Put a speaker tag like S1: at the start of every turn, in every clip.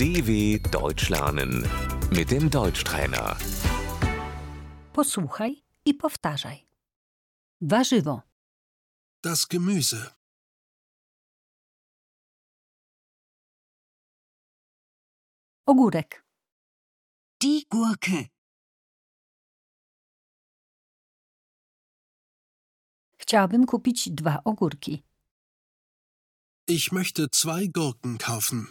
S1: DW Deutsch lernen mit dem Deutschtrainer.
S2: Posłuchaj i powtarzaj. Warzywo,
S3: Das Gemüse.
S2: ogórek,
S4: Die Gurke.
S2: chciałabym kupić dwa ogórki,
S3: Ich möchte zwei Gurken kaufen.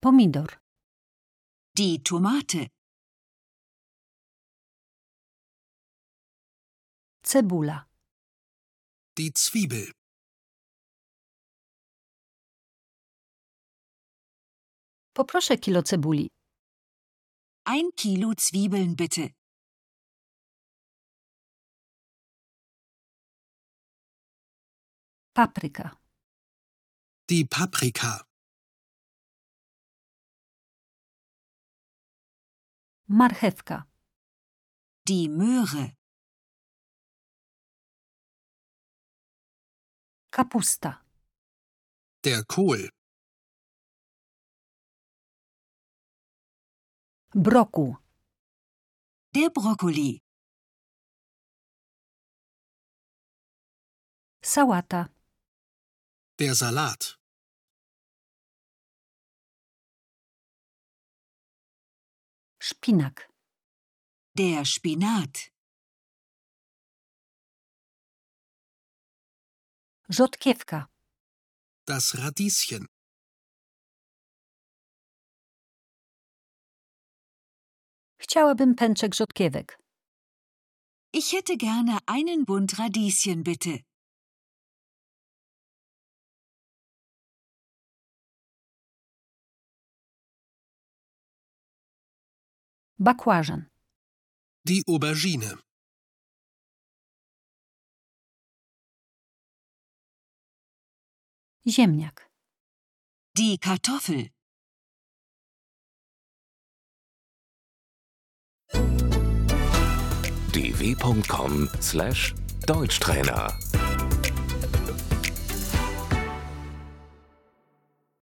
S2: pomidor,
S4: Die Tomate.
S2: cebula,
S3: Die Zwiebel.
S2: poproszę kilo cebuli,
S4: Ein Kilo Zwiebeln bitte.
S2: papryka,
S3: Die Paprika.
S2: marchewka,
S4: Die Möhre.
S2: kapusta,
S3: Der Kohl.
S2: brokuł,
S4: Der Brokkoli.
S2: sałata,
S3: Der Salat.
S2: szpinak,
S4: Der Spinat.
S2: rzodkiewka,
S3: Das Radieschen.
S2: chciałabym pęczek rzodkiewek,
S4: Ich hätte gerne einen Bund Radieschen bitte.
S2: bakłażan,
S3: Die Aubergine.
S2: ziemniak,
S4: Die Kartoffel.
S1: dw.com/deutschtrainer